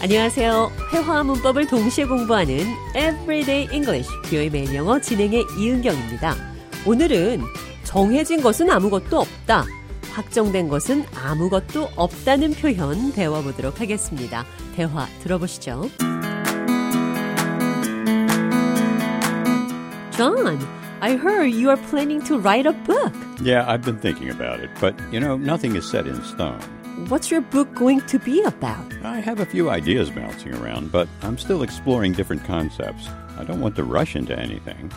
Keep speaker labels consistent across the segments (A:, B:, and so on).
A: 안녕하세요. 회화와 문법을 동시에 공부하는 Everyday English 뷰의 매일 영어 진행의 이은경입니다. 오늘은 정해진 것은 아무것도 없다. 확정된 것은 아무것도 없다는 표현 배워보도록 하겠습니다. 대화 들어보시죠. John, I heard you are planning to write a book.
B: Yeah, I've been thinking about it, but you know, nothing is set in stone.
A: What's your book going to be about?
B: I have a few ideas bouncing around, but I'm still exploring different concepts. I don't want to rush into anything.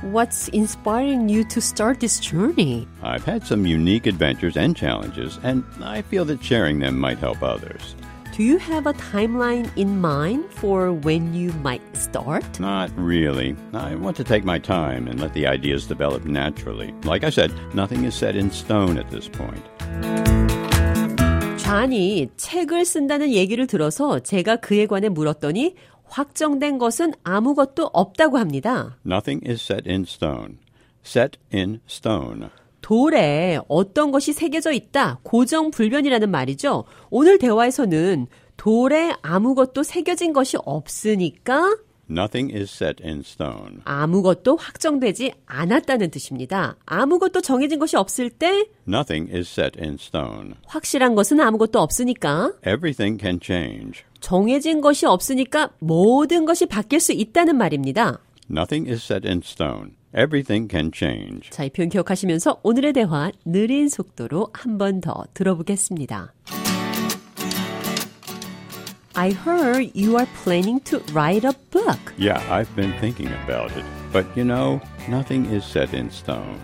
A: What's inspiring you to start this journey?
B: I've had some unique adventures and challenges, and I feel that sharing them might help others.
A: Do you have a timeline in mind for when you might start?
B: Not really. I want to take my time and let the ideas develop naturally. Like I said, nothing is set in stone at this point.
A: 좌니 책을 쓴다는 얘기를 들어서 제가 그에 관해 물었더니 확정된 것은 아무것도 없다고 합니다.
B: Nothing is set in stone. Set in stone.
A: 돌에 어떤 것이 새겨져 있다. 고정불변이라는 말이죠. 오늘 대화에서는 돌에 아무것도 새겨진 것이 없으니까
B: Nothing is set in stone.
A: 아무것도 확정되지 않았다는 뜻입니다. 아무것도 정해진 것이 없을 때
B: Nothing is set in stone.
A: 확실한 것은 아무것도 없으니까
B: Everything can change.
A: 정해진 것이 없으니까 모든 것이 바뀔 수 있다는 말입니다.
B: Nothing is set in stone. Everything can change.
A: 자, 이 표현 기억하시면서 오늘의 대화 느린 속도로 한 번 더 들어보겠습니다. I heard you are planning to write a book.
B: Yeah, I've been thinking about it. But you know, nothing is set in stone.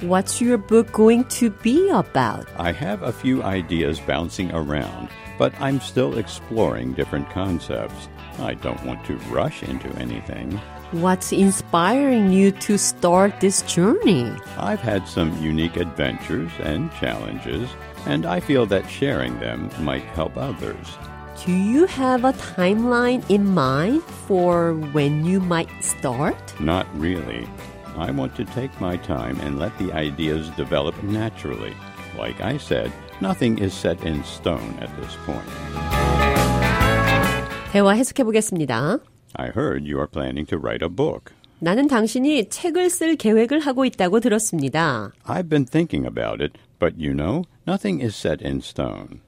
A: What's your book going to be about?
B: I have a few ideas bouncing around, but I'm still exploring different concepts. I don't want to rush into anything.
A: What's inspiring you to start this journey?
B: I've had some unique adventures and challenges, and I feel that sharing them might help others.
A: Do you have a timeline in mind for when you might start?
B: Not really. I want to take my time and let the ideas develop naturally. Like I said, nothing is set in stone at this point.
A: 대화 해석해 보겠습니다.
B: I heard you are planning to write a book.
A: 나는 당신이 책을 쓸 계획을 하고 있다고 들었습니다.
B: I've been thinking about it, but you know, nothing is set in stone.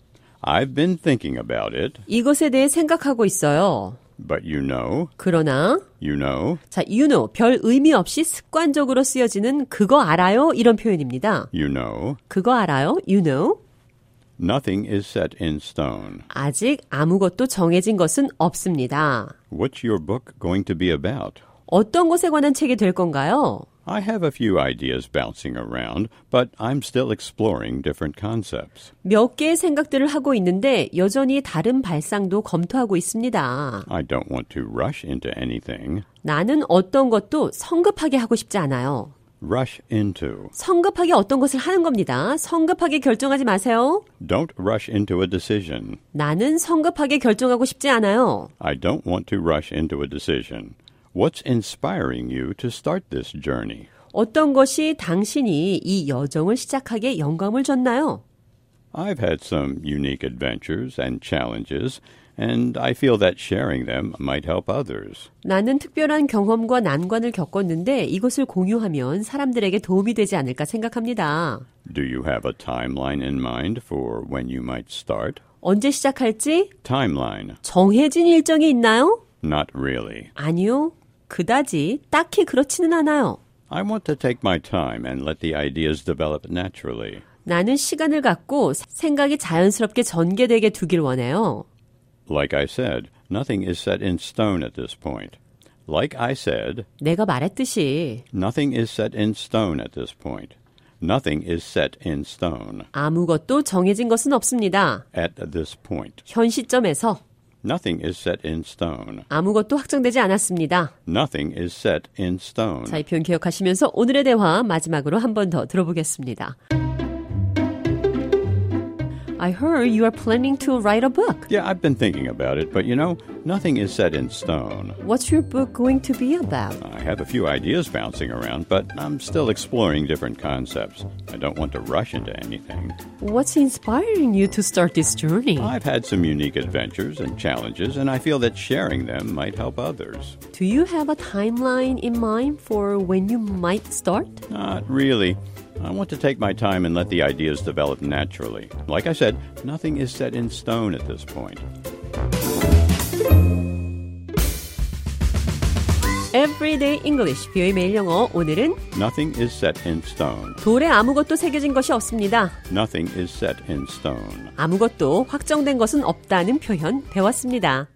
B: I've been thinking about it,
A: 이것에 대해 생각하고 있어요.
B: but you know,
A: 그러나
B: you know,
A: 자, you know 별 의미 없이 습관적으로 쓰여지는 그거 알아요 이런 표현입니다.
B: you know,
A: 그거 알아요? you know
B: nothing is set in stone.
A: 아직 아무것도 정해진 것은 없습니다.
B: What's your book going to be about?
A: 어떤 것에 관한 책이 될 건가요?
B: I have a few ideas bouncing around, but I'm still exploring different concepts.
A: 몇 개의 생각들을 하고 있는데 여전히 다른 발상도 검토하고 있습니다.
B: I don't want to rush into anything.
A: 나는 어떤 것도 성급하게 하고 싶지 않아요.
B: Rush into.
A: 성급하게 어떤 것을 하는 겁니다. 성급하게 결정하지 마세요.
B: Don't rush into a decision.
A: 나는 성급하게 결정하고 싶지 않아요.
B: I don't want to rush into a decision. What's inspiring you to start this journey?
A: 어떤 것이 당신이 이 여정을 시작하기에 영감을 줬나요?
B: I've had some unique adventures and challenges, and I feel that sharing them might help others.
A: 나는 특별한 경험과 난관을 겪었는데 이것을 공유하면 사람들에게 도움이 되지 않을까 생각합니다.
B: Do you have a timeline in mind for when you might start?
A: 언제 시작할지
B: Timeline.
A: 정해진 일정이 있나요?
B: Not really.
A: 아니요. 그다지 딱히 그렇지는 않아요.
B: I want to take my time and let the ideas develop naturally.
A: 나는 시간을 갖고 생각이 자연스럽게 전개되게 두길 원해요.
B: Like I said, nothing is set in stone at this point. Like I said,
A: 내가 말했듯이
B: nothing is set in stone at this point. Nothing is set in stone
A: 아무것도 정해진 것은 없습니다.
B: at this point.
A: 현 시점에서
B: Nothing is set in stone.
A: 아무것도 확정되지 않았습니다.
B: Nothing is set in stone.
A: 자, 이 표현 기억하시면서 오늘의 대화 마지막으로 한 번 더 들어보겠습니다. I heard you are planning to write a book.
B: Yeah, I've been thinking about it, but you know, nothing is set in stone.
A: What's your book going to be about?
B: I have a few ideas bouncing around, but I'm still exploring different concepts. I don't want to rush into anything.
A: What's inspiring you to start this journey?
B: I've had some unique adventures and challenges, and I feel that sharing them might help others.
A: Do you have a timeline in mind for when you might start?
B: Not really. I want to take my time and let the ideas develop naturally. Like I said, nothing is set in stone at this point.
A: Everyday English, 뷰의 매일 영어. 오늘은
B: Nothing is set in stone.
A: 돌에 아무것도 새겨진 것이 없습니다.
B: Nothing is set in stone.
A: 아무것도 확정된 것은 없다는 표현 배웠습니다.